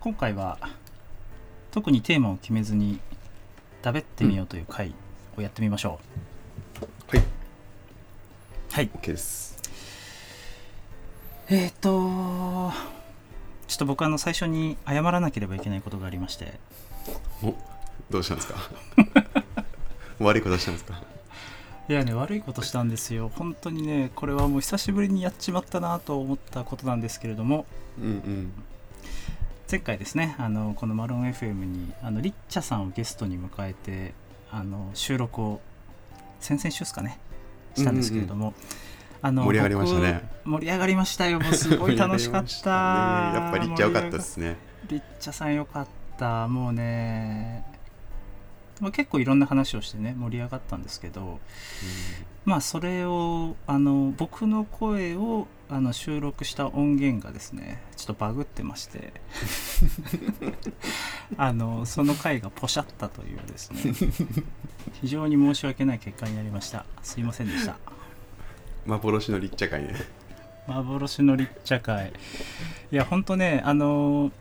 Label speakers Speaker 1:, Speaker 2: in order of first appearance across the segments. Speaker 1: 今回は特にテーマを決めずに食べってみようという回をやってみましょう、
Speaker 2: はい
Speaker 1: はい
Speaker 2: OK です
Speaker 1: えーっ、とちょっと僕あの最初に謝らなければいけないことがありまして
Speaker 2: どうしたんですか 悪いことしたんですか
Speaker 1: いやね悪いことしたんですよ本当にねこれはもう久しぶりにやっちまったなと思ったことなんですけれども
Speaker 2: うんうん
Speaker 1: 前回ですねあのこのマロン FM にあのリッチャさんをゲストに迎えてあの収録を先々週ですかねしたんですけれども、あの
Speaker 2: 盛り上がりましたね
Speaker 1: 僕盛り上がりましたよもうすごい楽しかった
Speaker 2: やっぱり行っちゃよかったですね
Speaker 1: リッチャさんよかったもうね、まあ、結構いろんな話をしてね盛り上がったんですけどまあそれをあの僕の声をあの収録した音源がですねちょっとバグってまして あのその回がポシャったというですね非常に申し訳ない結果になりましたすいませんでした
Speaker 2: うん幻の立 茶会ね
Speaker 1: 幻の立茶会いやほんとねあの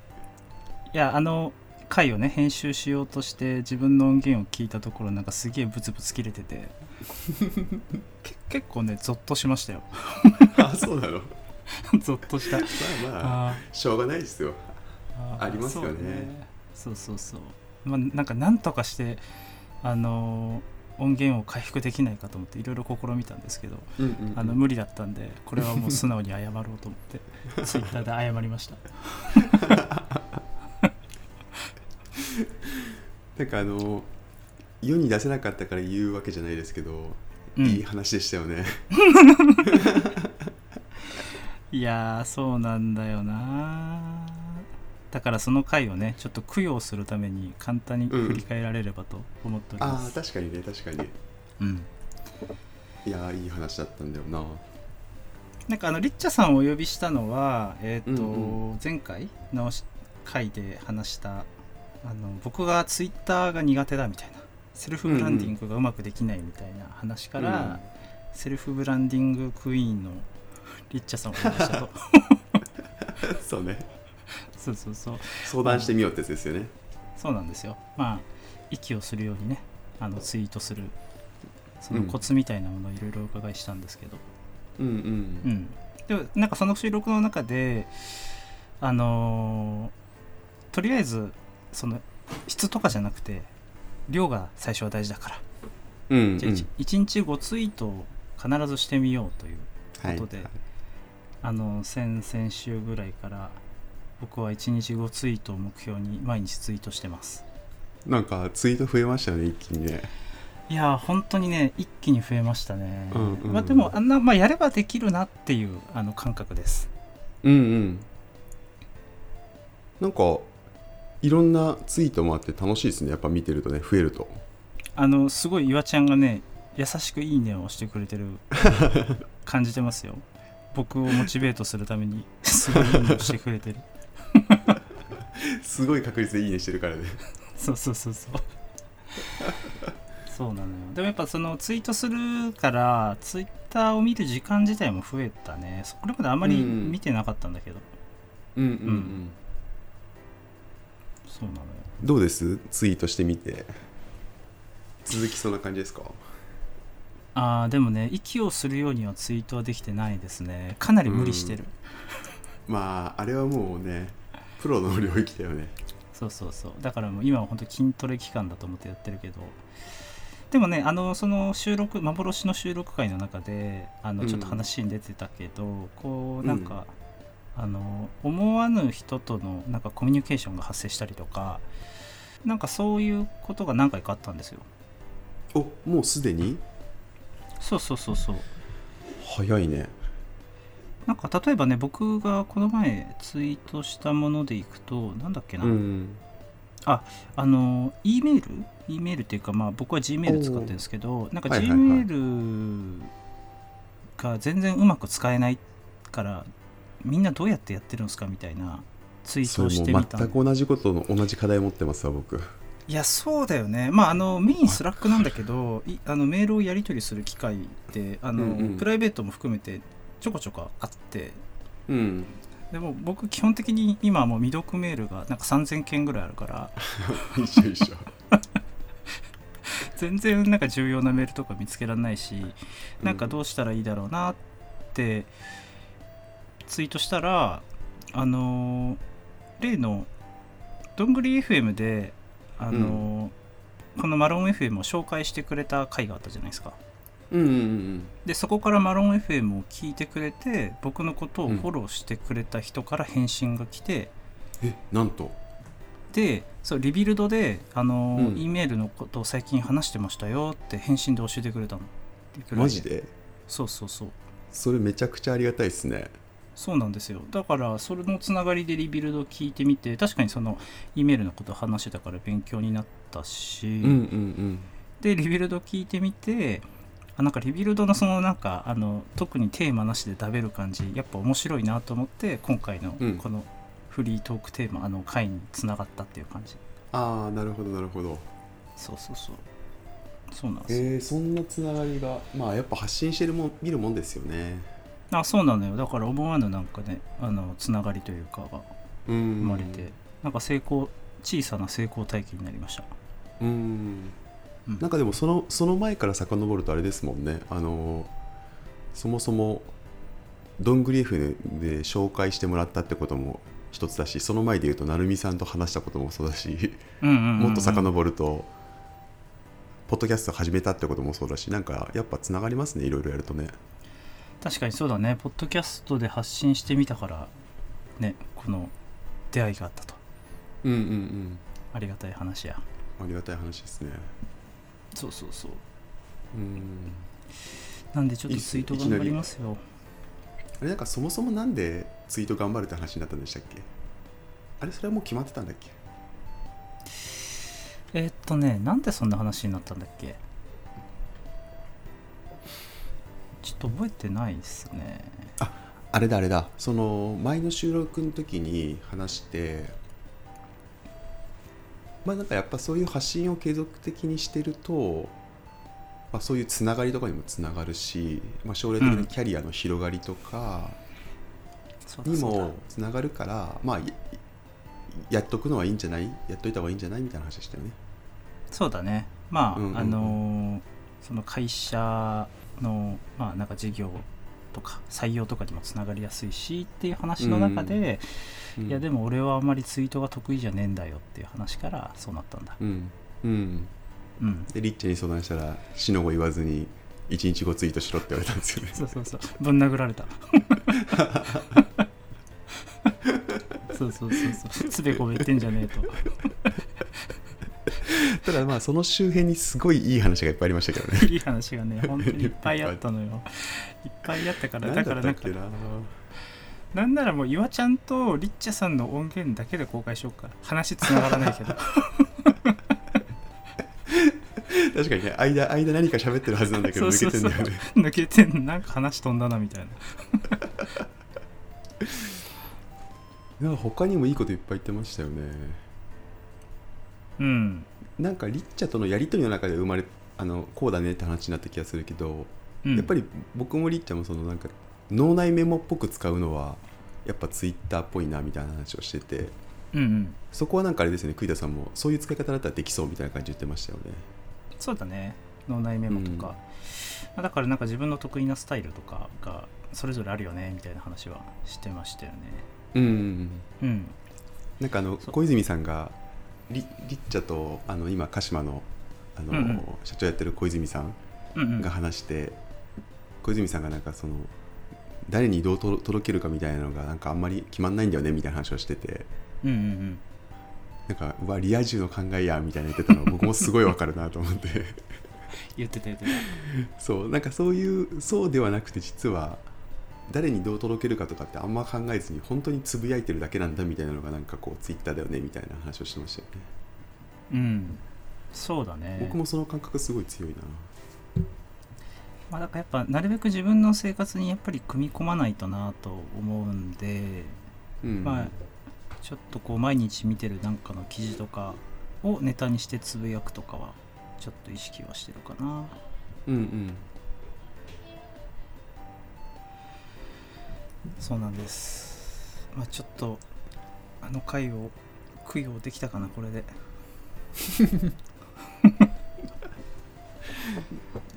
Speaker 1: いやあの回をね編集しようとして自分の音源を聞いたところなんかすげえブツブツ切れててけ結構ねゾッとしましたよ
Speaker 2: あそうなのま
Speaker 1: ゾッとした
Speaker 2: あまあ
Speaker 1: あ
Speaker 2: しょうがないですよ
Speaker 1: ー
Speaker 2: ありますよね
Speaker 1: そうそうそうそうまあなんかなんとかしてあの音源を回復できないかと思っていろいろ試みたんですけど
Speaker 2: うんうん
Speaker 1: あの無理だったんでこれはもう素直に謝ろうと思っ てツイッターで謝りました
Speaker 2: なんかあの世に出せなかったから言うわけじゃないですけど、
Speaker 1: うん
Speaker 2: いい話でしたよね
Speaker 1: いやーそうなんだよなだからその回をねちょっと供養するために簡単に振り返られればと思っておりま
Speaker 2: ああ
Speaker 1: す、
Speaker 2: 確かにね確かに
Speaker 1: うん
Speaker 2: いやーいい話だったんだよな
Speaker 1: なんかあのリッチャさんをお呼びしたのはえっ、と、
Speaker 2: うん
Speaker 1: 前回の回で話したあの僕がツイッターが苦手だみたいなセルフブランディングがうまくできないみたいな話から、セルフブランディングクイーンのリッチャさんをお呼びしたと
Speaker 2: うんそうね
Speaker 1: そうそうそう
Speaker 2: 相談してみようってやつですよね
Speaker 1: そうなんですよ。まあ息をするようにねあのツイートするそのコツみたいなものをいろいろお伺いしたんですけど、
Speaker 2: うんう
Speaker 1: うん
Speaker 2: ん
Speaker 1: でもなんかその収録の中であのーとりあえずその質とかじゃなくて量が最初は大事だから、
Speaker 2: うんうん
Speaker 1: じゃあ 1, 日5ツイートを必ずしてみようという
Speaker 2: はい
Speaker 1: ことであの先々週ぐらいから僕は1日5ツイートを目標に毎日ツイートしてます。
Speaker 2: なんかツイート増えましたよね一気にね
Speaker 1: いやー本当にね一気に増えましたね、
Speaker 2: うんうんうん
Speaker 1: まあ、でもあんな、まあ、やればできるなっていうあの感覚です
Speaker 2: うんうんなんかいろんなツイートもあって楽しいですねやっぱ見てるとね増えると
Speaker 1: あのすごい岩ちゃんがね優しく「いいね」を押してくれ てる感じてますよ僕をモチベートするためにすごい「いいね」をしてくれてる
Speaker 2: すごい確率でいいねしてるからね
Speaker 1: そうそうそうそうそうなのよでもやっぱそのツイートするからツイッターを見る時間自体も増えたねそこれまであんまり見てなかったんだけど、
Speaker 2: うんうん
Speaker 1: んそうなのよ
Speaker 2: どうですツイートしてみて続きそうな感じですか
Speaker 1: あーでもね息をするようにはツイートはできてないですねかなり無理してる、
Speaker 2: まああれはもうねプロの領域だよね
Speaker 1: そうそうそうだからもう今は本当筋トレ期間だと思ってやってるけどでもねあのその収録幻の収録会の中であ
Speaker 2: う
Speaker 1: の
Speaker 2: ん
Speaker 1: ちょっと話に出てたけど、こうなんか、あの思わぬ人とのなんかコミュニケーションが発生したりとかなんかそういうことが何回かあったんですよ
Speaker 2: おもうすでに
Speaker 1: そうそうそうそう
Speaker 2: 早いね
Speaker 1: なんか例えばね僕がこの前ツイートしたものでいくとなんだっけな、
Speaker 2: ん
Speaker 1: あの E メール E メールっていうか、まあ、僕は G メール使ってるんですけどなんか
Speaker 2: はい
Speaker 1: G
Speaker 2: はいはい
Speaker 1: メールが全然うまく使えないからみんなどうやってやってるんですかみたいなツイー
Speaker 2: そ
Speaker 1: トを
Speaker 2: れ
Speaker 1: して
Speaker 2: も
Speaker 1: み
Speaker 2: う
Speaker 1: た
Speaker 2: 全く同じことの同じ課題持ってますわ僕
Speaker 1: いやそうだよねまああのメインスラックなんだけどいあのメールをやり取りする機会ってあの、
Speaker 2: うんうん
Speaker 1: プライベートも含めてちょこちょこあって
Speaker 2: うん
Speaker 1: でも僕基本的に今はもう未読メールがなんか3000件ぐらいあるから
Speaker 2: 一緒一緒
Speaker 1: 全然なんか重要なメールとか見つけられないしなんかどうしたらいいだろうなってツイートしたらあのー例のどんぐり FM であのーこのマロン FM を紹介してくれた回があったじゃないですか
Speaker 2: うんうんうん
Speaker 1: でそこからマロン FM を聞いてくれて僕のことをフォローしてくれた人から返信が来て、
Speaker 2: えなんと
Speaker 1: でそうリビルドで、あのー
Speaker 2: うん
Speaker 1: E メールのことを最近話してましたよって返信で教えてくれたの
Speaker 2: マジで
Speaker 1: そうそうそう
Speaker 2: それめちゃくちゃありがたいですね
Speaker 1: そうなんですよだからそれのつながりでリビルド聞いてみて確かにその E メールのこと話してたから勉強になったし、
Speaker 2: うんうん
Speaker 1: でリビルド聞いてみてあなんかリビルドのそのなんかあの特にテーマなしで食べる感じやっぱ面白いなと思って今回の
Speaker 2: うん
Speaker 1: このフリートークテーマ、あの回につながったっていう感じ
Speaker 2: ああなるほどなるほど
Speaker 1: そうそうそうそうなんですよ
Speaker 2: えー、そんなつながりがまあやっぱ発信してるもん見るもんですよね
Speaker 1: あそうなのよだから思わぬなんかねあのつながりというかが
Speaker 2: うん
Speaker 1: 生まれて、なんか成功小さな成功体験になりました
Speaker 2: うん
Speaker 1: うん
Speaker 2: なんかでもそのその前から遡るとあれですもんねあのーそもそもどんぐり F で紹介してもらったってことも一つだしその前で言うと成美さんと話したこともそうだし
Speaker 1: うんうんうんうん
Speaker 2: もっと遡ると、ポッドキャスト始めたってこともそうだしなんかやっぱつながりますねいろいろやるとね
Speaker 1: 確かにそうだねポッドキャストで発信してみたからねこの出会いがあったと
Speaker 2: うんうんうん
Speaker 1: ありがたい話や
Speaker 2: ありがたい話ですね
Speaker 1: そうそうそう
Speaker 2: うん
Speaker 1: なんでちょっと
Speaker 2: いいっす
Speaker 1: ツイ
Speaker 2: ね
Speaker 1: ート頑張りますよ
Speaker 2: あれなんかそもそもなんでツイート頑張るって話になったんでしたっけあれそれはもう決まってたんだっけ
Speaker 1: えーっとねなんでそんな話になったんだっけちょっと覚えてないっすね
Speaker 2: あれだあれだその前の収録の時に話してまあなんかやっぱそういう発信を継続的にしてると、まあ、そういうつながりとかにもつながるし、まあ、将来的
Speaker 1: うん
Speaker 2: なキャリアの広がりとか
Speaker 1: そうだ
Speaker 2: に
Speaker 1: そうだ
Speaker 2: もつながるから、まあややっとくのはいいんじゃないやっといた方がいいんじゃないみたいな話でしたよね。
Speaker 1: そうだねまあ、
Speaker 2: うんうんうん
Speaker 1: あのーその会社のまあなんか事業とか採用とかにもつながりやすいしっていう話の中で、いやで
Speaker 2: も、
Speaker 1: も俺はあんまりツイートが得意じゃねえんだよっていう話からそうなったんだ
Speaker 2: うんうん、
Speaker 1: うん
Speaker 2: でリッチェに相談したら「死の後言わずに1日後ツイートしろ」って言われたんですよね。
Speaker 1: そうそうそうぶん殴られたそうそうそうそうつべこべ言ってんじゃねえと
Speaker 2: ただまあその周辺にすごいいい話がいっぱいありましたけどね。
Speaker 1: いい話がね本当にいっぱいあったのよいっぱいあったから だからなんか
Speaker 2: な
Speaker 1: なんならもう岩ちゃんとリッチャさんの音源だけで公開しようか話つながらない けど
Speaker 2: 確かにね間間何か喋ってるはずなんだけど抜けてんだよね
Speaker 1: 抜けてんのなんか話飛んだなみたいな
Speaker 2: なんか他にもいいこといっぱい言ってましたよね
Speaker 1: うん
Speaker 2: なんかリッチャとのやり取りの中で生まれあのこうだねって話になった気がするけど、
Speaker 1: うん
Speaker 2: やっぱり僕もリッチャもそのなんか脳内メモっぽく使うのはやっぱツイッターっぽいなみたいな話をしてて
Speaker 1: うんうん
Speaker 2: そこはなんかあれですよね栗田さんもそういう使い方だったらできそうみたいな感じで言ってましたよね
Speaker 1: そうだね脳内メモとか、
Speaker 2: う
Speaker 1: ま
Speaker 2: ん
Speaker 1: あだからなんか自分の得意なスタイルとかがそれぞれあるよねみたいな話はしてましたよね
Speaker 2: うん
Speaker 1: うん
Speaker 2: なんかあの
Speaker 1: そう
Speaker 2: 小泉さんがリリッチャとあの今鹿島のあの、
Speaker 1: うんうん
Speaker 2: 社長やってる小泉さん
Speaker 1: うんうん
Speaker 2: が話して、小泉さんがなんかその誰に移動をと届けるかみたいなのがなんかあんまり決まんないんだよねみたいな話をしてて
Speaker 1: うんうん
Speaker 2: なんかうわリア充の考えやみたいな言ってたの僕もすごいわかるなと思 って
Speaker 1: 言ってた言ってた
Speaker 2: そうなんかそういうそうではなくて実は誰にどう届けるかとかってあんま考えずに本当につぶやいてるだけなんだみたいなのがなんかこうツイッターだよねみたいな話をしてましたよね、
Speaker 1: うんそうだね
Speaker 2: 僕もその感覚すごい強いな
Speaker 1: まあ、だからやっぱなるべく自分の生活にやっぱり組み込まないとなと思うんで、
Speaker 2: うん
Speaker 1: まあちょっとこう毎日見てるなんかの記事とかをネタにしてつぶやくとかはちょっと意識はしてるかな
Speaker 2: うんうん
Speaker 1: そうなんですまあ、ちょっとあの回を供養できたかなこれで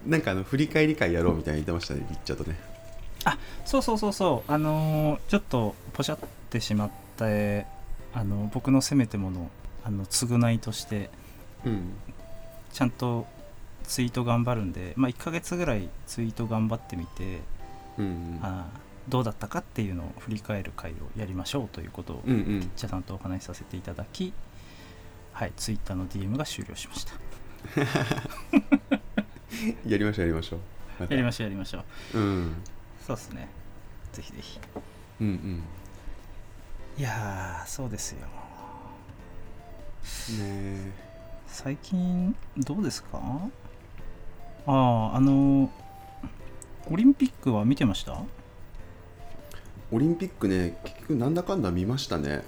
Speaker 2: なんかあの振り返り会やろうみたいに言ってましたねリッチャーとね
Speaker 1: そうそうそうそうあのーちょっとポシャってしまってあの僕のせめてものあの償いとして
Speaker 2: うん
Speaker 1: ちゃんとツイート頑張るんで、まあ、1ヶ月ぐらいツイート頑張ってみて、
Speaker 2: うんうん
Speaker 1: あーどうだったかっていうのを振り返る会をやりましょうということを
Speaker 2: うんうん
Speaker 1: じゃあさんとお話しさせていただき、はい、ツイッターの DM が終了しました。
Speaker 2: やりましょうやりましょうまた
Speaker 1: やりましょう、やりましょう。
Speaker 2: うんうん
Speaker 1: そうですね。ぜひぜひ。
Speaker 2: うん
Speaker 1: いやー、そうですよ。
Speaker 2: ねえ
Speaker 1: 最近、どうですかああ、あのーオリンピックは見てました
Speaker 2: オリンピックね結局なんだかんだ見ましたね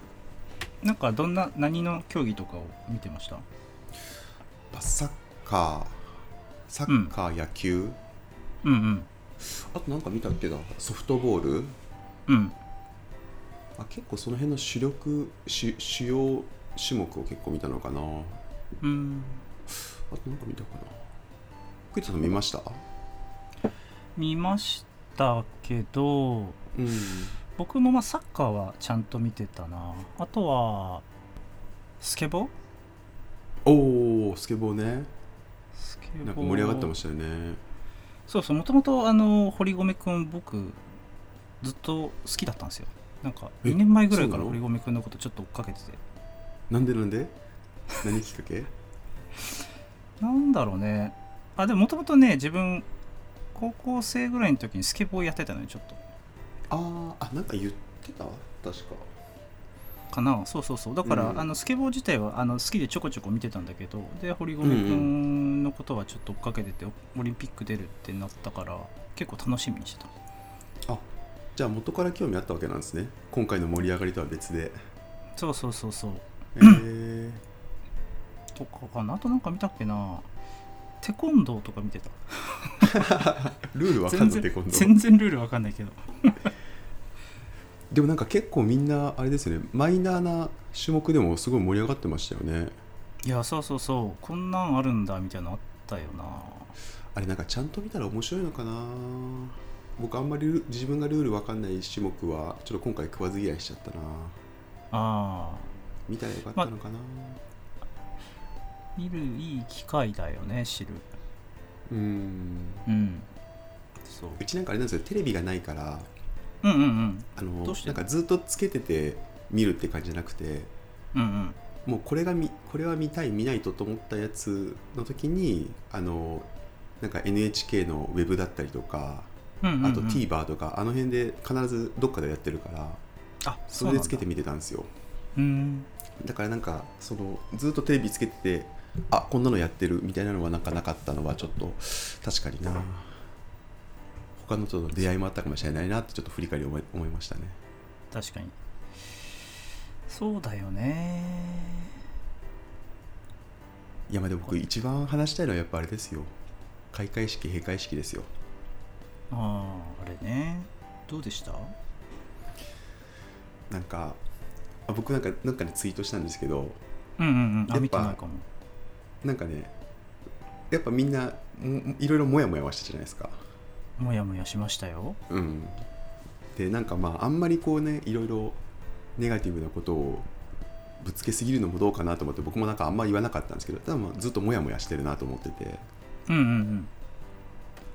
Speaker 1: なんか、どんな、何の競技とかを見てました
Speaker 2: サッカーサッカー、野球
Speaker 1: うんうん。
Speaker 2: あとなんか見たっけなソフトボール
Speaker 1: うん。
Speaker 2: あ結構その辺の主力主主要種目を結構見たのかなあ
Speaker 1: うん。
Speaker 2: となんか見たかなクイズさん見ました
Speaker 1: 見ましたけど、
Speaker 2: うん
Speaker 1: 僕もまあサッカーはちゃんと見てたな。あとは、スケボー
Speaker 2: おおスケボーね
Speaker 1: スケボー
Speaker 2: なんか盛り上がってましたよね
Speaker 1: そうそうもともとあの堀米くん僕ずっと好きだったんですよなんか
Speaker 2: え
Speaker 1: 2年前ぐらいから
Speaker 2: そうな
Speaker 1: 堀
Speaker 2: の
Speaker 1: 米くんのことちょっと追っかけてて
Speaker 2: なんでなんで何きっかけ
Speaker 1: なんだろうねあでももともとね自分高校生ぐらいの時にスケボーやってたのよちょっと
Speaker 2: あーあなんか言ってた確か
Speaker 1: かなそうそうそうだから、
Speaker 2: うん
Speaker 1: あのスケボー自体はあの好きでちょこちょこ見てたんだけどで堀米くんのことはちょっと追っかけてて、オリンピック出るってなったから結構楽しみにしてた
Speaker 2: あじゃあ元から興味あったわけなんですね今回の盛り上がりとは別 で
Speaker 1: そうそうそうそう
Speaker 2: えー、
Speaker 1: とかかなあとなんか見たっけなテコンドーとか見てた
Speaker 2: ルールわかんないって今度
Speaker 1: 全然ルールわかんないけど
Speaker 2: でもなんか結構みんなあれですよねマイナーな種目でもすごい盛り上がってましたよね
Speaker 1: いやそうそうそうこんなんあるんだみたいなのあったよな
Speaker 2: あれなんかちゃんと見たら面白いのかな僕あんまりルー自分がルールわかんない種目はちょっと今回食わず嫌いしちゃったな
Speaker 1: あ
Speaker 2: 見たらよかったのかな、
Speaker 1: あ見るいい機会だよね知る
Speaker 2: うん
Speaker 1: うんそう
Speaker 2: うちなんかあれなんですよテレビがないから
Speaker 1: うんうんうん
Speaker 2: あの
Speaker 1: どうして
Speaker 2: なんかずっとつけてて見るって感じじゃなくて
Speaker 1: うんうん
Speaker 2: もうこれが見これは見たい見ないとと思ったやつの時にあのなんか NHK のウェブだったりとか
Speaker 1: うんうんうん
Speaker 2: あと TVer とか、あの辺で必ずどっかでやってるから
Speaker 1: あ
Speaker 2: それでつけ
Speaker 1: て
Speaker 2: て見てたんですよ
Speaker 1: うん
Speaker 2: だからなんかそのずっとテレビつけててあこんなのやってるみたいなのはなんかなかったのはちょっと確かにな他のとの出会いもあったかもしれないなってちょっと振り返り思い思いましたね
Speaker 1: 確かにそうだよね
Speaker 2: いやまあでも僕一番話したいのはやっぱあれですよ開会式閉会式ですよ
Speaker 1: あああれねどうでした
Speaker 2: なんかあ僕なんかなんかでツイートしたんですけど
Speaker 1: うんうんうん
Speaker 2: やっぱ
Speaker 1: あ見てないかも
Speaker 2: なんかねやっぱみんなんいろいろモヤモヤはしたじゃないですか
Speaker 1: もやもやしましたよ
Speaker 2: うん、でなんかまああんまりこうねいろいろネガティブなことをぶつけすぎるのもどうかなと思って僕もなんかあんま言わなかったんですけどただまあずっとモヤモヤしてるなと思ってて
Speaker 1: うんうん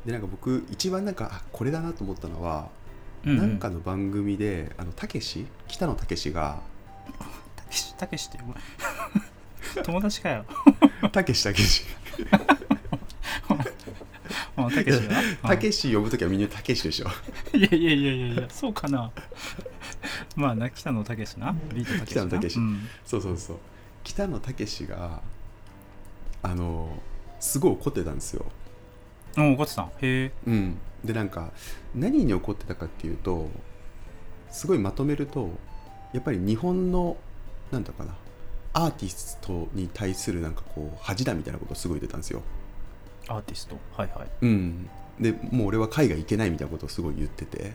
Speaker 2: でなんか僕一番なんかあこれだなと思ったのは、
Speaker 1: うんうんう
Speaker 2: なんかの番組であのたけし北野たけしが
Speaker 1: たけしたけしってお前友達 かよ
Speaker 2: たけしたけし
Speaker 1: うんたけしがうん
Speaker 2: たけし呼ぶ時はみんなたけしでしょ
Speaker 1: いやいやいやいやいや、そうかな。 まあな、北野武な。ビートたけしな。
Speaker 2: 北野武
Speaker 1: うん
Speaker 2: そうそうそう北野たけしがあのすごい怒ってたんですよ
Speaker 1: うん、怒ってたん。へ
Speaker 2: うん、でなんか何に怒ってたかっていうとすごいまとめるとやっぱり日本のなんだろうかなアーティストに対するなんかこう恥だみたいなことをすごい言ってたんですよ。
Speaker 1: え、アーティスト。はいはい。
Speaker 2: うん、でもう俺は海外行けないみたいなことをすごい言ってて
Speaker 1: へ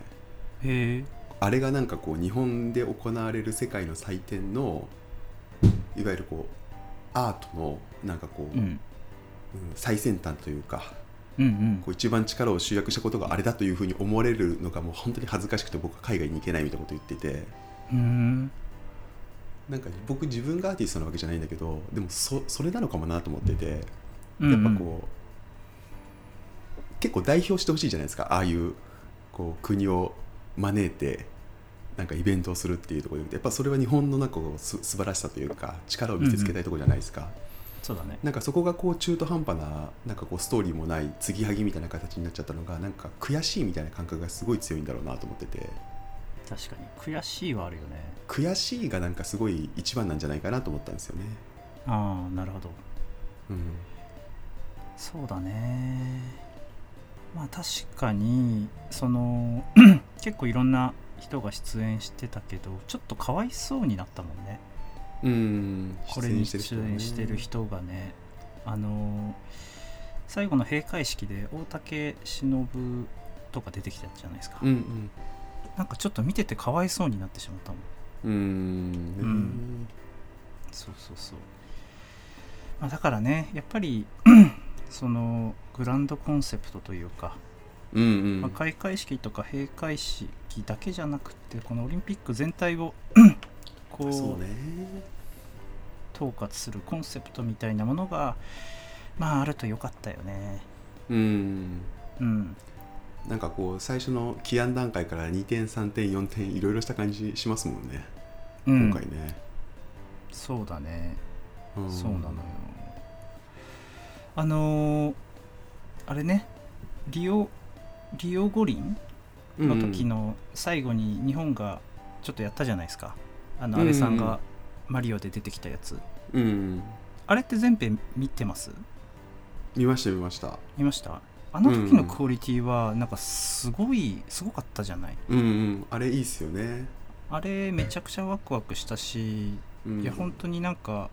Speaker 1: え。
Speaker 2: あれがなんかこう日本で行われる世界の祭典のいわゆるこうアートのなんかこう、
Speaker 1: う
Speaker 2: うん
Speaker 1: ん
Speaker 2: 最先端というか
Speaker 1: うんうん
Speaker 2: こう一番力を集約したことがあれだというふうに思われるのがもう本当に恥ずかしくて僕は海外に行けないみたいなこと言ってて
Speaker 1: うーん
Speaker 2: なんか僕自分がアーティストなわけじゃないんだけどでもそそれなのかもなと思ってて
Speaker 1: うん
Speaker 2: やっぱこう結構代表してほしいじゃないですかああいうこう国を招いてなんかイベントをするっていうところで言うとやっぱそれは日本のなんかこうす素晴らしさというか力を見せつけたいところじゃないですか、
Speaker 1: そうだね
Speaker 2: なんかそこがこう中途半端ななんかこうストーリーもない継ぎはぎみたいな形になっちゃったのがなんか悔しいみたいな感覚がすごい強いんだろうなと思ってて
Speaker 1: 確かに悔しいはあるよね
Speaker 2: 悔しいがなんかすごい一番なんじゃないかなと思ったんですよね。
Speaker 1: ああなるほど
Speaker 2: うん
Speaker 1: そうだねまあ確かにその 結構いろんな人が出演してたけどちょっとかわいそうになったもんね
Speaker 2: うん、
Speaker 1: これに出
Speaker 2: がね
Speaker 1: 演してる人がねあの最後の閉会式で大竹しのぶとか出てきたじゃないですか、
Speaker 2: うんうん
Speaker 1: なんかちょっと見ててかわいそうになってしまったもん
Speaker 2: うーん、
Speaker 1: うそうそうそう、まあ、だからねやっぱり そのグランドコンセプトというか、
Speaker 2: うんうん
Speaker 1: まあ、開会式とか閉会式だけじゃなくてこのオリンピック全体 をこう
Speaker 2: そうね
Speaker 1: 統括するコンセプトみたいなものがまああるとよかったよね
Speaker 2: うん
Speaker 1: うん
Speaker 2: なんかこう最初の起案段階から2点3点4点いろいろした感じしますもんね、
Speaker 1: うん
Speaker 2: 今回ね、
Speaker 1: そうだね、
Speaker 2: うん
Speaker 1: そうなのよあのーあれねリオリオ五輪の時の最後に日本がちょっとやったじゃないですかあの
Speaker 2: うん
Speaker 1: 安倍
Speaker 2: うん
Speaker 1: さんがマリオで出てきたやつ、
Speaker 2: うん、うん
Speaker 1: あれって全編見てます
Speaker 2: 見ました見ました
Speaker 1: 見ましたあの時のクオリティはなんかすごいすごかったじゃない
Speaker 2: うんうんあれいいっすよね、
Speaker 1: あれめちゃくちゃワクワクしたし
Speaker 2: うん、
Speaker 1: いや本当になんか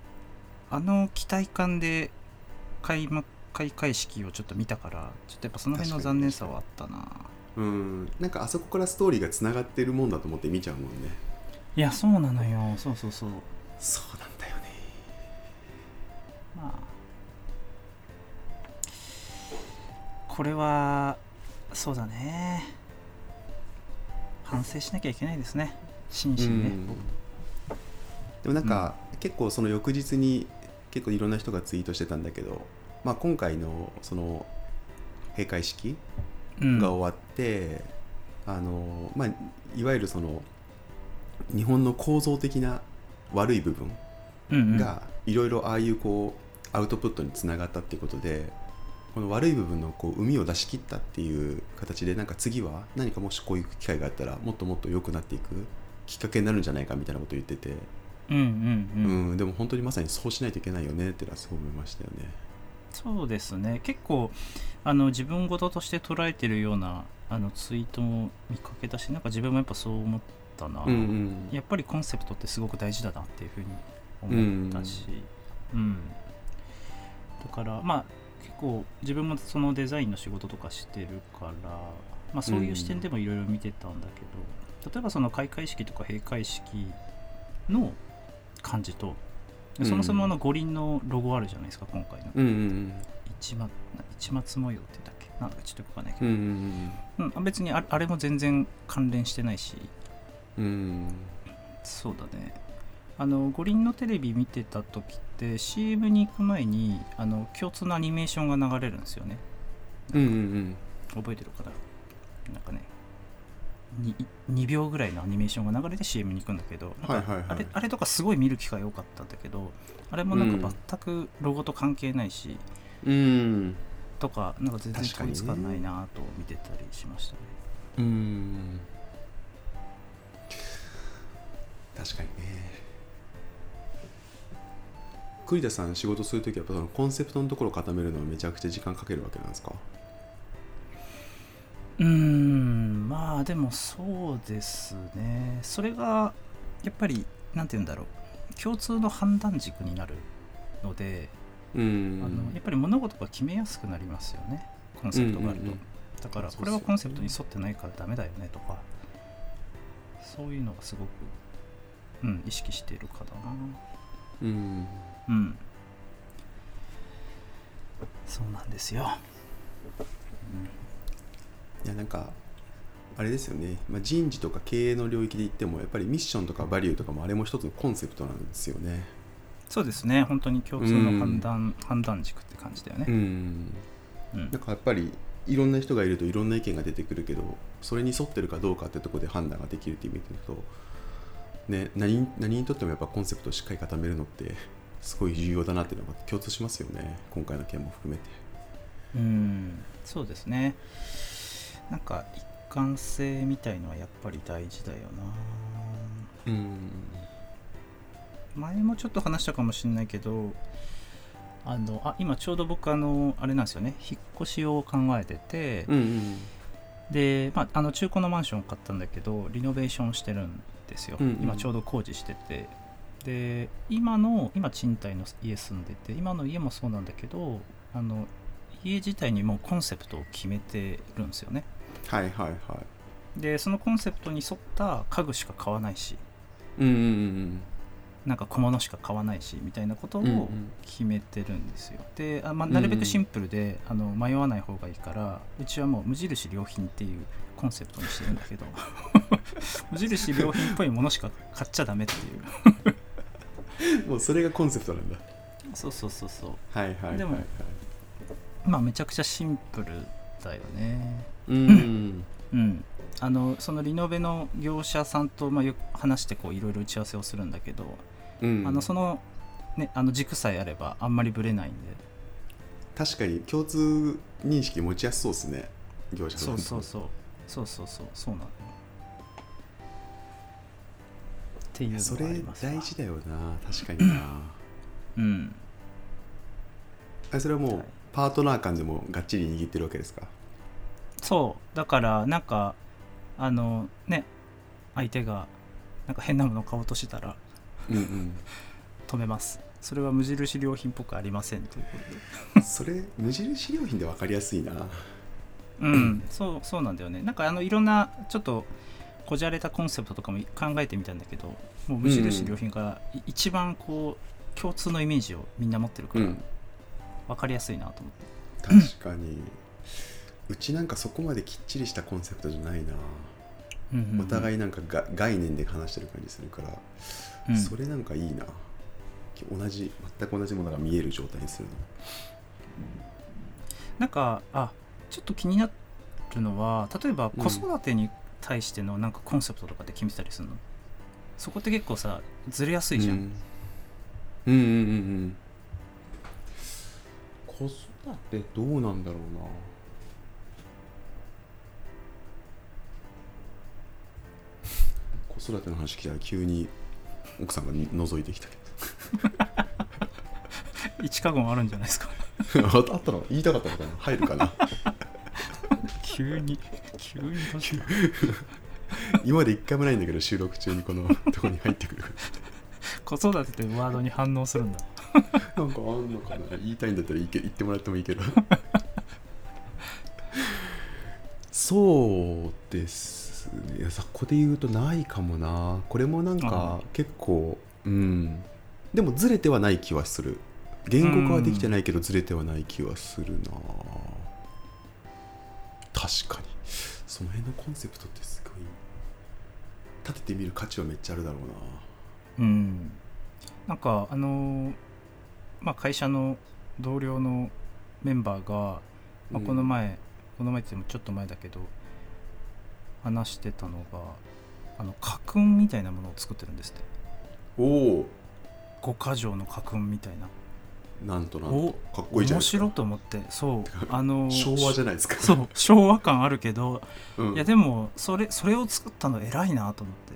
Speaker 1: あの期待感で開幕開会式をちょっと見たからちょっとやっぱその辺の
Speaker 2: 確かに
Speaker 1: 残念さはあったな
Speaker 2: うんなんかあそこからストーリーがつながってるもんだと思って見ちゃうもんね
Speaker 1: いやそうなのよそうそうそう
Speaker 2: そうなんだよね
Speaker 1: まあこれはそうだね反省しなきゃいけないですね真摯にね、
Speaker 2: うんでもなんか、結構その翌日に結構いろんな人がツイートしてたんだけど、まあ、今回のその閉会式
Speaker 1: うん
Speaker 2: が終わって、あのまあ、いわゆるその日本の構造的な悪い部分
Speaker 1: うんうん
Speaker 2: がいろいろああいうこうアウトプットにつながったっていうことでこの悪い部分のこう海を出し切ったっていう形でなんか次は何かもしこういう機会があったらもっともっと良くなっていくきっかけになるんじゃないかみたいなこと言ってて、
Speaker 1: うんうん
Speaker 2: う
Speaker 1: うん、
Speaker 2: ん、でも本当にまさにそうしないといけないよねってのはそう思いましたよね。
Speaker 1: そうですね結構あの自分事として捉えてるようなあのツイートも見かけたしなんか自分もやっぱそう思ったな、
Speaker 2: うんうん
Speaker 1: やっぱりコンセプトってすごく大事だなっていうふうに思ったし、うんだからまあ結構自分もそのデザインの仕事とかしてるから、まあ、そういう視点でもいろいろ見てたんだけど、例えばその開会式とか閉会式の感じと
Speaker 2: うん
Speaker 1: そもそもあの五輪のロゴあるじゃないですか今回の
Speaker 2: うんうん
Speaker 1: 一松一松模様って言ったっけなんだかちょっとよくわかんないけ
Speaker 2: うんう
Speaker 1: ど、
Speaker 2: ん
Speaker 1: うん別にああれも全然関連してないし
Speaker 2: うんうん
Speaker 1: そうだねあの五輪のテレビ見てた時って CM に行く前にあの共通のアニメーションが流れるんですよね
Speaker 2: うんうん
Speaker 1: 覚えてるかななんかね 2, 2秒ぐらいのアニメーションが流れて CM に行くんだけどなんか
Speaker 2: はいはいはい
Speaker 1: あれあれとかすごい見る機会多かったんだけどあれもなんか全くロゴと関係ないし、
Speaker 2: うん
Speaker 1: とかなんか全然
Speaker 2: 確か
Speaker 1: 統
Speaker 2: にね
Speaker 1: 一感ないなと見てたりしましたね
Speaker 2: うん確かにね栗田さん仕事するときはやっぱそのコンセプトのところを固めるのはめちゃくちゃ時間かけるわけなんですか
Speaker 1: うーんまあでもそうですねそれがやっぱりなんて言うんだろう共通の判断軸になるので、
Speaker 2: うん
Speaker 1: あのやっぱり物事が決めやすくなりますよねコンセプトがあると、
Speaker 2: うんうんうん
Speaker 1: だから
Speaker 2: そう
Speaker 1: こ
Speaker 2: っすよね
Speaker 1: れはコンセプトに沿ってないからダメだよねとかそういうのがすごく、うん、意識してるかだな
Speaker 2: うん
Speaker 1: うんそうなんですよ、
Speaker 2: いやなんかあれですよね、まあ、人事とか経営の領域で言ってもやっぱりミッションとかバリューとかもあれも一つのコンセプトなんですよね。
Speaker 1: そうですね本当に共通の判断、判断軸って感じだよ
Speaker 2: う
Speaker 1: ね、
Speaker 2: ん
Speaker 1: うん
Speaker 2: なんかやっぱりいろんな人がいるといろんな意見が出てくるけどそれに沿ってるかどうかってとこで判断ができるっていう意味で言うと、ね、何何にとってもやっぱコンセプトをしっかり固めるのってすごい重要だなっていうのが共通しますよね今回の件も含めて。
Speaker 1: うんそうですねなんか一貫性みたいのはやっぱり大事だよな
Speaker 2: うん
Speaker 1: 前もちょっと話したかもしれないけどあのあ今ちょうど僕あのあれなんですよね引っ越しを考えてて、
Speaker 2: うんうん
Speaker 1: で、まあ、あの中古のマンションを買ったんだけどリノベーションしてるんですよ、
Speaker 2: うんうん
Speaker 1: 今ちょうど工事しててで今の今賃貸の家住んでて今の家もそうなんだけどあの家自体にもうコンセプトを決めてるんですよね
Speaker 2: はいはいはい。
Speaker 1: でそのコンセプトに沿った家具しか買わないし
Speaker 2: うんうんうん
Speaker 1: なんか小物しか買わないしみたいなことを
Speaker 2: うんうん
Speaker 1: 決めてるんですよ、であ、まあ、なるべくシンプルで、あの迷わない方がいいからうちはもう無印良品っていうコンセプトにしてるんだ けど無印良品っぽいものしか買っちゃダメっていう
Speaker 2: うんもうそれがコンセプトなんだ。
Speaker 1: そうそうそうそ
Speaker 2: はいはいはい、はい。
Speaker 1: でもうまあめちゃくちゃシンプルだよね
Speaker 2: うん
Speaker 1: うん、あのそのリノベの業者さんと、まあ、よく話してこういろいろ打ち合わせをするんだけど、
Speaker 2: うん、
Speaker 1: あのその,、ね、あの軸さえあればあんまりぶれないんで
Speaker 2: 確かに共通認識持ちやすそうですね業者さ
Speaker 1: そ
Speaker 2: ん
Speaker 1: う
Speaker 2: と
Speaker 1: そうそうそうそうそうそうなのよっていう
Speaker 2: いやそ
Speaker 1: の
Speaker 2: れ
Speaker 1: がありますわ
Speaker 2: 大事だよな確かにな
Speaker 1: うん
Speaker 2: あそれはも
Speaker 1: は
Speaker 2: う
Speaker 1: い
Speaker 2: パートナー間でもがっちり握ってるわけですか
Speaker 1: そうだからなんかあのね相手がなんか変なもの買おうとしたら
Speaker 2: うん
Speaker 1: 止めますそれは無印良品っぽくありませんということで
Speaker 2: うんそれ無印良品で分かりやすいな
Speaker 1: うんそうそうなんだよねなんかあのいろんなちょっとこじゃれたコンセプトとかも考えてみたんだけどもう無印良品がい一番こう共通のイメージをみんな持ってるから分かりやすいなと思って。
Speaker 2: 確かにうちなんかそこまできっちりしたコンセプトじゃないな
Speaker 1: うんうんうん
Speaker 2: お互いなんかが概念で話してる感じするから、
Speaker 1: うん
Speaker 2: それなんかいいな同じ全く同じものが見える状態にするの
Speaker 1: なんかあちょっと気になるのは例えば
Speaker 2: う
Speaker 1: 子
Speaker 2: ん
Speaker 1: 育てに対してのなんかコンセプトとかって決めてたりするの、そこって結構さずれやすいじゃん、
Speaker 2: うん、うんうんうんうん子育てどうなんだろうな 子育ての話聞いたら急に奥さんが覗いてきたけ
Speaker 1: 一過言あるんじゃないですか
Speaker 2: ど ああったの言いたかったのかな入るかな
Speaker 1: 急に 急にどうした
Speaker 2: 今まで一回もないんだけど収録中にこのとこに入ってくる
Speaker 1: 子育てというワードに反応するんだ
Speaker 2: なんかあんのかな言いたいんだったらいいけ言ってもらってもいい けどそうですねいやそこで言うとないかもなこれもなんか結構うんでもずれてはない気はする言語化はできてないけどずれてはない気はするな確かにその辺のコンセプトってすごい立ててみる価値はめっちゃあるだろうな
Speaker 1: うんなんかあのーまあ会社の同僚のメンバーが、まあ、この前、この前って言ってもちょっと前だけど話してたのがあの家訓みたいなものを作ってるんですって
Speaker 2: おお
Speaker 1: 五箇条の家訓みたいな
Speaker 2: なんとなん
Speaker 1: お
Speaker 2: とかっこいいじゃ
Speaker 1: 面
Speaker 2: ないですか
Speaker 1: 白と思ってそうあの
Speaker 2: 昭和じ
Speaker 1: ゃ
Speaker 2: ゃないですか
Speaker 1: そう昭和感あるけど、
Speaker 2: うん
Speaker 1: いやでもそれそれを作ったの偉いなと思って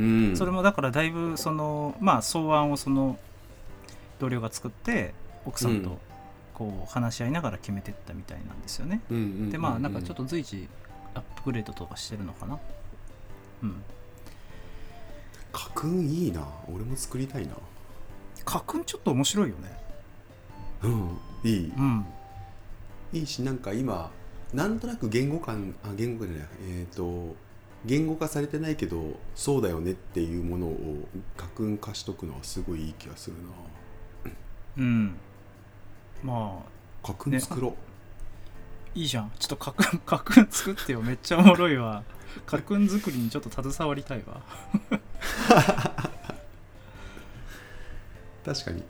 Speaker 2: うん
Speaker 1: それもだからだいぶそのまあ草案をその同僚が作って奥さん
Speaker 2: うん
Speaker 1: とこう話し合いながら決めてったみたいなんですよね、
Speaker 2: うんうんうんうん
Speaker 1: でまあなんかちょっと随時アップグレードとかしてるのかなうん
Speaker 2: 家訓いいな俺も作りたいな
Speaker 1: 家訓ちょっと面白いよね
Speaker 2: うんいい
Speaker 1: うん
Speaker 2: いいしなんか今なんとなく言語感あ言語感じゃないえっ、と言語化されてないけどそうだよねっていうものを家訓化しとくのはすごいいい気がするな
Speaker 1: うんまあ
Speaker 2: 家訓作ろう、
Speaker 1: いいじゃんちょっとカ クンカクン作ってよめっちゃおもろいわ カクン作りにちょっと携わりたいわ
Speaker 2: 確かに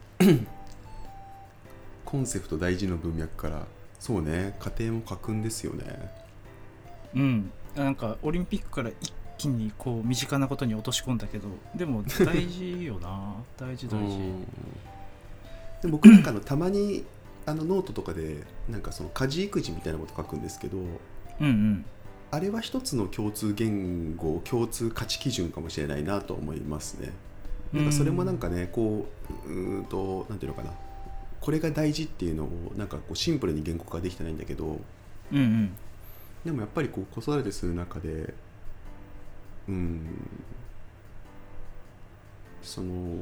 Speaker 2: コンセプト大事の文脈からそうね家庭も家訓ですよね
Speaker 1: うんなんかオリンピックから一気にこう身近なことに落とし込んだけどでも大事よな大事大事
Speaker 2: うんで僕なんかのたまにあのノートとかでなんかその家事育児みたいなこと書くんですけど
Speaker 1: うんうん
Speaker 2: あれは一つの共通言語共通価値基準かもしれないなと思いますねなんかそれもなんかねこううーんとなんていうのかなこれが大事っていうのをなんかこうシンプルに言語化できてないんだけど
Speaker 1: うんうん
Speaker 2: でもやっぱりこう子育てする中でうんその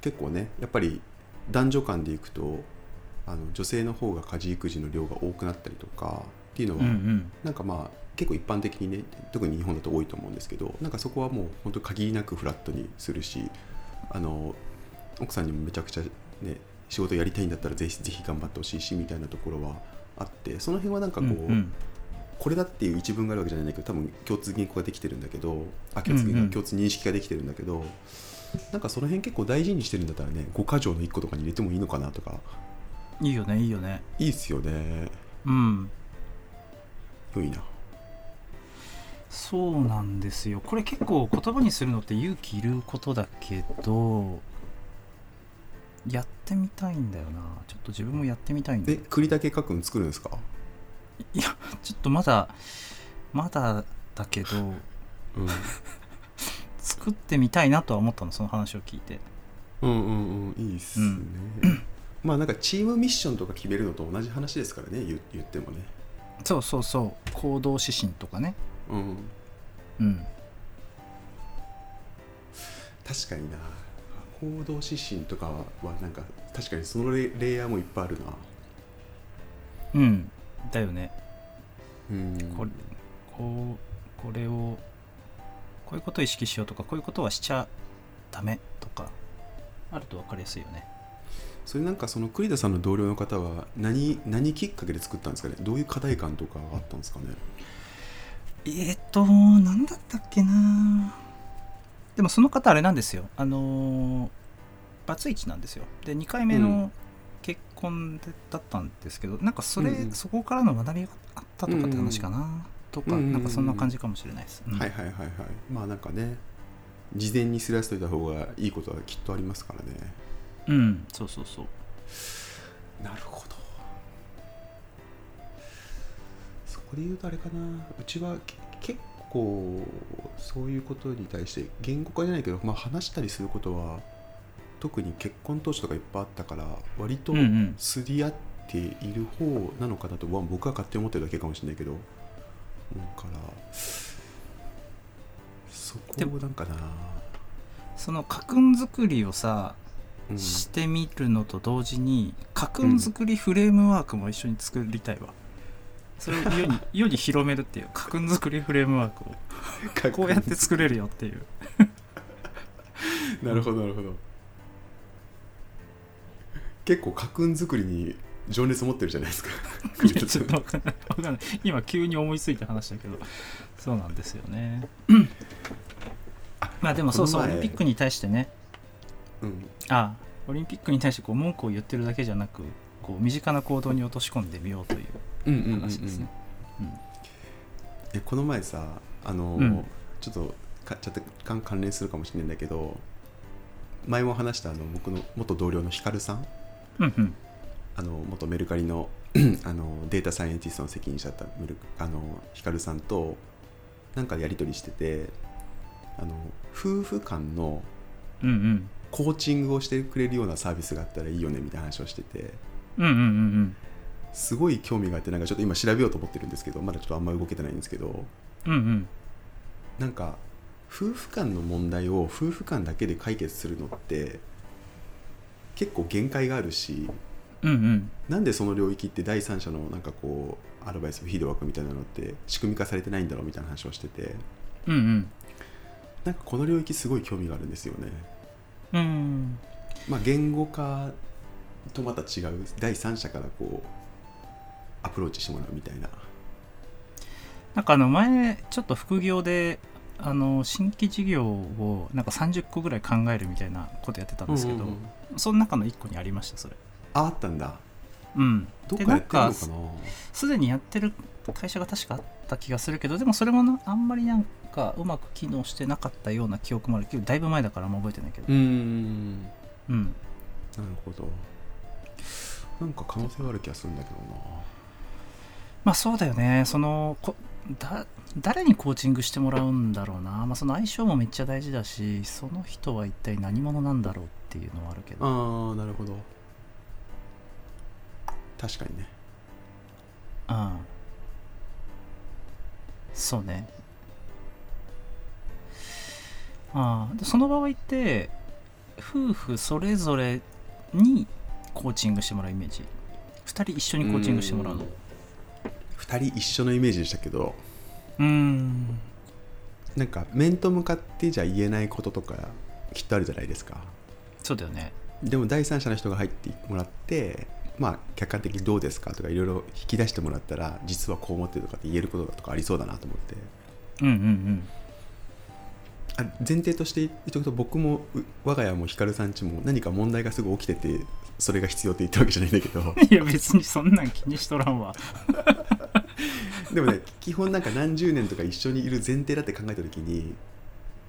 Speaker 2: 結構ねやっぱり男女間でいくとあの女性の方が家事育児の量が多くなったりとかっていうの
Speaker 1: う
Speaker 2: は、
Speaker 1: んうん
Speaker 2: なんかまあ結構一般的にね特に日本だと多いと思うんですけどなんかそこはもう本当限りなくフラットにするしあの奥さんにもめちゃくちゃね仕事やりたいんだったらぜひぜひ頑張ってほしいしみたいなところはあってその辺はなんかこう、
Speaker 1: うんうん
Speaker 2: これだっていう一文があるわけじゃないんだけど多分共通言語ができてるんだけどあ共通言語、
Speaker 1: うんうん
Speaker 2: 共通認識ができてるんだけどなんかその辺結構大事にしてるんだったらね5か条の1個とかに入れてもいいのかなとか
Speaker 1: いいよねいいよね
Speaker 2: いいっすよね
Speaker 1: うん
Speaker 2: 良いな
Speaker 1: そうなんですよこれ結構言葉にするのって勇気いることだけどやってみたいんだよなちょっと自分もやってみたいんだ
Speaker 2: で
Speaker 1: よ
Speaker 2: 栗だけ書くん作るんですか、
Speaker 1: いやちょっとまだまだだけど
Speaker 2: うん
Speaker 1: 作ってみたいなとは思ったのその話を聞いて
Speaker 2: うんうんうんいいっすね、まあなんかチームミッションとか決めるのと同じ話ですからね言言ってもね
Speaker 1: そうそうそう行動指針とかね
Speaker 2: うん
Speaker 1: うん
Speaker 2: 確かにな行動指針とかはなんか確かにそのレレイヤーもいっぱいあるな
Speaker 1: うんだよね
Speaker 2: うん
Speaker 1: これこうこれをこういうことを意識しようとかこういうことはしちゃダメとかあると分かりやすいよね
Speaker 2: それなんかその栗田さんの同僚の方は何何きっかけで作ったんですかねどういう課題感とかがあったんですかね
Speaker 1: えーっと、なんだったっけなでもその方あれなんですよ。あのーバツイチなんですよ。で、2回目
Speaker 2: う
Speaker 1: の結婚でだったんですけど、なんかそれ、
Speaker 2: うんうん
Speaker 1: そこからの学びがあったとかって話かな、とか、
Speaker 2: うんうんうん
Speaker 1: なんかそんな感じかもしれないです。うん
Speaker 2: はいはいはいはいまあなんかね事前にすらしといた方がいいことはきっとありますからね
Speaker 1: うん、そうそうそう。
Speaker 2: なるほどそこで言うとあれかなうちはけ結構そういうことに対して言語化じゃないけど、まあ、話したりすることは特に結婚当初とかいっぱいあったから割と
Speaker 1: うんうん。
Speaker 2: すり合っている方なのかなとは僕は勝手に思ってるだけかもしれないけどだからそこ
Speaker 1: で
Speaker 2: をなんかな、
Speaker 1: その家訓作りをさ、
Speaker 2: うん、
Speaker 1: してみるのと同時に家訓作りフレームワークも一緒に作りたいわ、それを世 に世に広めるっていう家訓作りフレームワークをこうやって作れるよっていう
Speaker 2: なるほどなるほど結構家訓作りに情熱持ってるじゃないですか栗
Speaker 1: いや
Speaker 2: 田
Speaker 1: ち
Speaker 2: さ
Speaker 1: ょ
Speaker 2: ん
Speaker 1: っと分かんないわかんない今急に思いついた話だけどそうなんですよねまあでもそうそうオ
Speaker 2: この
Speaker 1: リ
Speaker 2: 前
Speaker 1: ンピックに対してね
Speaker 2: うん
Speaker 1: あオリンピックに対してこう文句を言ってるだけじゃなくこう身近な行動に落とし込んでみようという
Speaker 2: うんうんうんうん
Speaker 1: 話ですね
Speaker 2: えこの前さあの、
Speaker 1: うん
Speaker 2: ちょっとかちょっと関関連するかもしれないんだけど前も話したあの僕の元同僚のヒカルさん
Speaker 1: うんうん
Speaker 2: あの元メルカリ のあのデータサイエンティストの責任者だったメルあのヒカルさんとなんかやり取りしててあの夫婦間の
Speaker 1: うんうん
Speaker 2: コーチングをしてくれるようなサービスがあったらいいよねみたいな話をしてて
Speaker 1: うんうんうん
Speaker 2: すごい興味があってなんかちょっと今調べようと思ってるんですけどまだちょっとあんまり動けてないんですけど
Speaker 1: うんうんうん
Speaker 2: なんか夫婦間の問題を夫婦間だけで解決するのって結構限界があるし
Speaker 1: うんうん
Speaker 2: なんでその領域って第三者のなんかこうアドバイスフィードバックみたいなのって仕組み化されてないんだろうみたいな話をしてて
Speaker 1: うんうん
Speaker 2: なんかこの領域すごい興味があるんですよね。
Speaker 1: うん
Speaker 2: まあ、言語化とまた違う第三者からこうアプローチしてもらうみたいな。
Speaker 1: なんかあの前ちょっと副業であの新規事業をなんか30個ぐらい考えるみたいなことやってたんですけど、
Speaker 2: うんうんうん
Speaker 1: その中の1個にありましたそれ
Speaker 2: ああったんだ。
Speaker 1: うん
Speaker 2: どっ
Speaker 1: で
Speaker 2: か
Speaker 1: な
Speaker 2: や
Speaker 1: ん
Speaker 2: ってるの
Speaker 1: か
Speaker 2: かな
Speaker 1: すでにやってる会社が確かあった気がするけどでもそれもなあんまりなんかうまく機能してなかったような記憶もあるけどだいぶ前だからあんま覚えてないけど
Speaker 2: うーんなる
Speaker 1: うん
Speaker 2: ほど。なんか可能性はある気がするんだけどな。
Speaker 1: まあそうだよねそのこだ誰にコーチングしてもらうんだろうな、まあ、その相性もめっちゃ大事だしその人は一体何者なんだろうっていうのはあるけど
Speaker 2: ああなるほど確かにね
Speaker 1: うんそうねああでその場合って夫婦それぞれにコーチングしてもらうイメージ2人一緒にコーチングしてもらうの
Speaker 2: 2人一緒のイメージでしたけど
Speaker 1: うーん
Speaker 2: なんか面と向かってじゃ言えないこととかきっとあるじゃないですか
Speaker 1: そうだよね
Speaker 2: でも第三者の人が入ってもらってまあ客観的にどうですかとかいろいろ引き出してもらったら実はこう思ってるとかって言えることだとかありそうだなと思って
Speaker 1: うんうんうん
Speaker 2: あ前提として言っとくと僕もう我が家もひかるさんちも何か問題がすぐ起きててそれが必要って言ったわけじゃないんだけど
Speaker 1: いや別にそんなん気にしとらんわ
Speaker 2: でもね基本なんか何十年とか一緒にいる前提だって考えた時に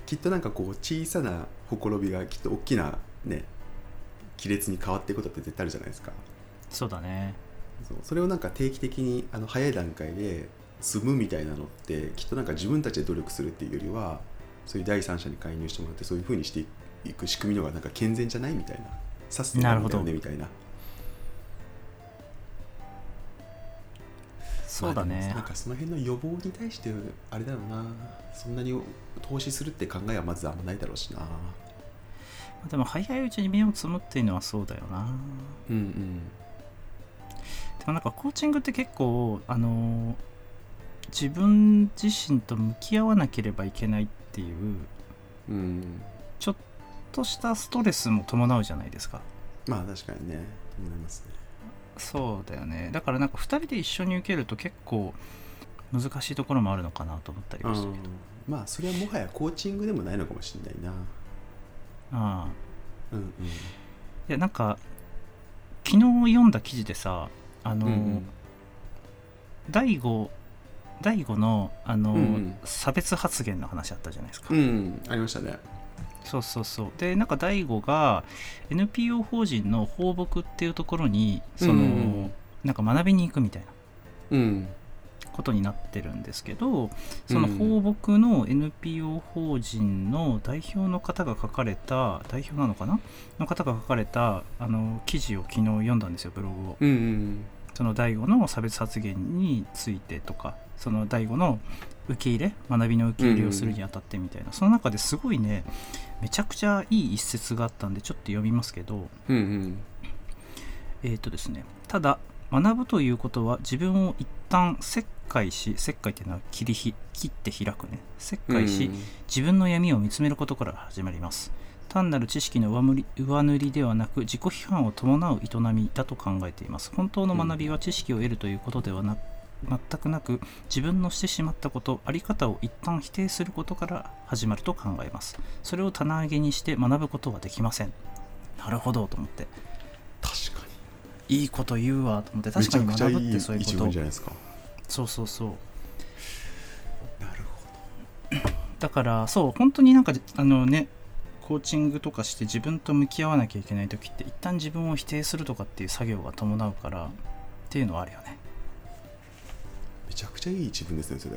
Speaker 2: きっとなんかこう小さなほころびがきっと大きなね亀裂に変わっていくことって絶対あるじゃないですか
Speaker 1: そうだね
Speaker 2: そうそれをなんか定期的にあの早い段階で積むみたいなのってきっとなんか自分たちで努力するっていうよりはそういう第三者に介入してもらってそういうふうにしていく仕組みの方がなんか健全じゃないみたいなサステナブルだよねみたいな
Speaker 1: そうだ
Speaker 2: まあで
Speaker 1: ね
Speaker 2: もなんかその辺の予防に対してあれだろうなそんなに投資するって考えはまずあんまないだろうしな
Speaker 1: でも早いうちに目をつむっていうのはそうだよな
Speaker 2: うんうん
Speaker 1: でもなんかコーチングって結構あのー自分自身と向き合わなければいけないっていう
Speaker 2: うん
Speaker 1: ちょっとしたストレスも伴うじゃないですか
Speaker 2: まあ確かにね思いますね
Speaker 1: そうだよねだからなんか2人で一緒に受けると結構難しいところもあるのかなと思ったり
Speaker 2: う
Speaker 1: もした
Speaker 2: ん
Speaker 1: けど
Speaker 2: まあそれはもはやコーチングでもないのかもしれないな
Speaker 1: ああ
Speaker 2: うんうん
Speaker 1: いやなんか昨日読んだ記事でさあのー、
Speaker 2: うん
Speaker 1: 第5第5のあのー、
Speaker 2: うんうん
Speaker 1: 差別発言の話あったじゃないですか
Speaker 2: うん、うん、ありましたね
Speaker 1: そうそうそうでなんか大悟が NPO 法人の放牧っていうところにその、
Speaker 2: うん
Speaker 1: なんか学びに行くみたいな
Speaker 2: うん
Speaker 1: ことになってるんですけどその
Speaker 2: うん
Speaker 1: 放牧の NPO 法人の代表の方が書かれた代表なのかなの方が書かれたあの記事を昨日読んだんですよブログを。
Speaker 2: うんうん
Speaker 1: その第五の差別発言についてとかその第五の受け入れ学びの受け入れをするにあたってみたいな、その中ですごいねめちゃくちゃいい一節があったんでちょっと読みますけど
Speaker 2: うんうん
Speaker 1: えっ、とですねただ学ぶということは自分を一旦切開し切開っていうのは切りひ切って開くね切開し、自分の闇を見つめることから始まります単なる知識の上塗り上塗りではなく自己批判を伴う営みだと考えています本当の学びは知識を得るということではな全くなく自分のしてしまったことあり方を一旦否定することから始まると考えますそれを棚上げにして学ぶことはできませんなるほどと思って
Speaker 2: 確かに
Speaker 1: いいこと言うわと思って
Speaker 2: め
Speaker 1: 確
Speaker 2: ち
Speaker 1: か
Speaker 2: ゃ
Speaker 1: に
Speaker 2: くちゃい
Speaker 1: 学ぶっ
Speaker 2: い
Speaker 1: てそういう
Speaker 2: 一
Speaker 1: こ
Speaker 2: 文じ
Speaker 1: と
Speaker 2: ゃないですか
Speaker 1: そうそうそう
Speaker 2: なるほ
Speaker 1: だからそう本当になんかあのねコーチングとかして自分と向き合わなきゃいけない時って一旦自分を否定するとかっていう作業が伴うからっていうのはあるよね
Speaker 2: どめちゃくちゃいい一文ですねそれ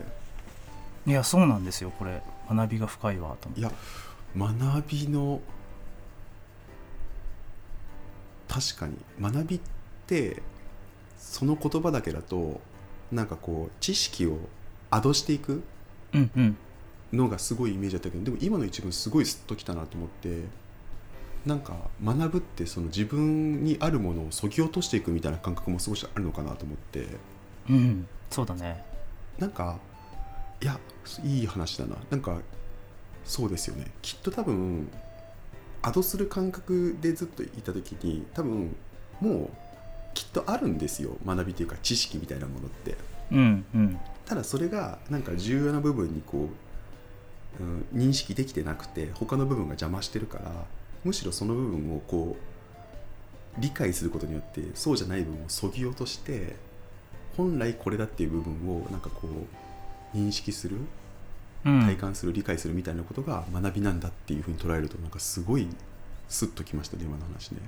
Speaker 1: いやそうなんですよこれ学びが深いわと思っ
Speaker 2: い
Speaker 1: て
Speaker 2: や学びの確かに学びってその言葉だけだとなんかこう知識をアドしていく
Speaker 1: うんうん
Speaker 2: のがすごいイメージだったけどでも今の一文すごいスッときたなと思ってなんか学ぶってその自分にあるものをそぎ落としていくみたいな感覚も少しあるのかなと思って
Speaker 1: うんそうだね
Speaker 2: なんかいやいい話だななんかそうですよねきっと多分アドする感覚でずっといた時に多分もうきっとあるんですよ学びというか知識みたいなものって
Speaker 1: うんうん
Speaker 2: ただそれがなんか重要な部分にこう、うん、認識できてなくて他の部分が邪魔してるからむしろその部分をこう理解することによってそうじゃない部分をそぎ落として本来これだっていう部分をなんかこう認識する
Speaker 1: うん
Speaker 2: 体感する理解するみたいなことが学びなんだっていうふうに捉えるとなんかすごいスッときましたね今の話ね。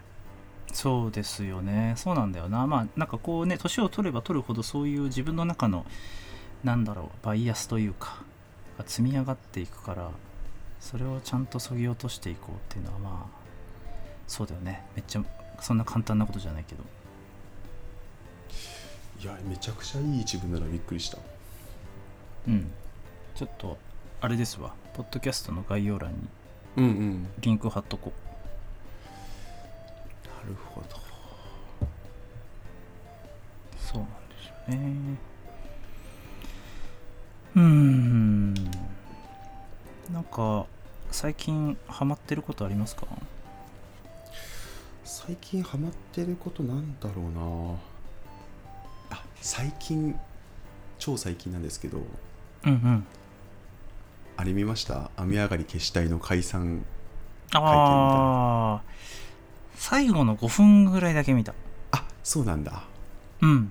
Speaker 1: そうですよねそうなんだよなまあなんかこうね年を取れば取るほどそういう自分の中のなんだろうバイアスというかが積み上がっていくからそれをちゃんとそぎ落としていこうっていうのはまあそうだよねめっちゃそんな簡単なことじゃないけど
Speaker 2: いやめちゃくちゃいい自分ならびっくりした。
Speaker 1: うんちょっとあれですわポッドキャストの概要欄に
Speaker 2: うんうん。な
Speaker 1: リンク貼っとこう
Speaker 2: るほど。
Speaker 1: そうなんですよねうーんなんか最近ハマってることありますか
Speaker 2: 最近ハマってることなんだろうなあ最近超最近なんですけど
Speaker 1: うんうん
Speaker 2: あれ見ました雨上がり決死隊の解散
Speaker 1: ああ最後の5分ぐらいだけ見た
Speaker 2: あそうなんだ
Speaker 1: うん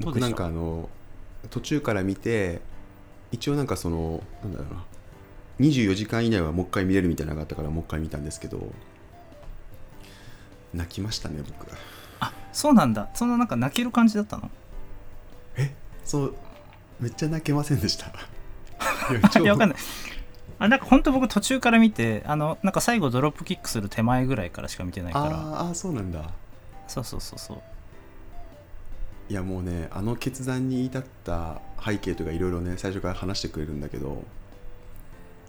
Speaker 1: どう
Speaker 2: 僕
Speaker 1: でした
Speaker 2: なんかあの途中から見て一応なんかそのなんだろうな24時間以内はもう一回見れるみたいなのがあったからもう一回見たんですけど泣きましたね僕
Speaker 1: あそうなんだそんななんか泣ける感じだったの
Speaker 2: そうめっちゃ泣けませんでした
Speaker 1: い やわかんないあなんか本当僕途中から見てあのなんか最後ドロップキックする手前ぐらいからしか見てないか
Speaker 2: あーあーそうなんだ
Speaker 1: らそうそうそうそう
Speaker 2: いやもうねあの決断に至った背景とかいろいろね最初から話してくれるんだけど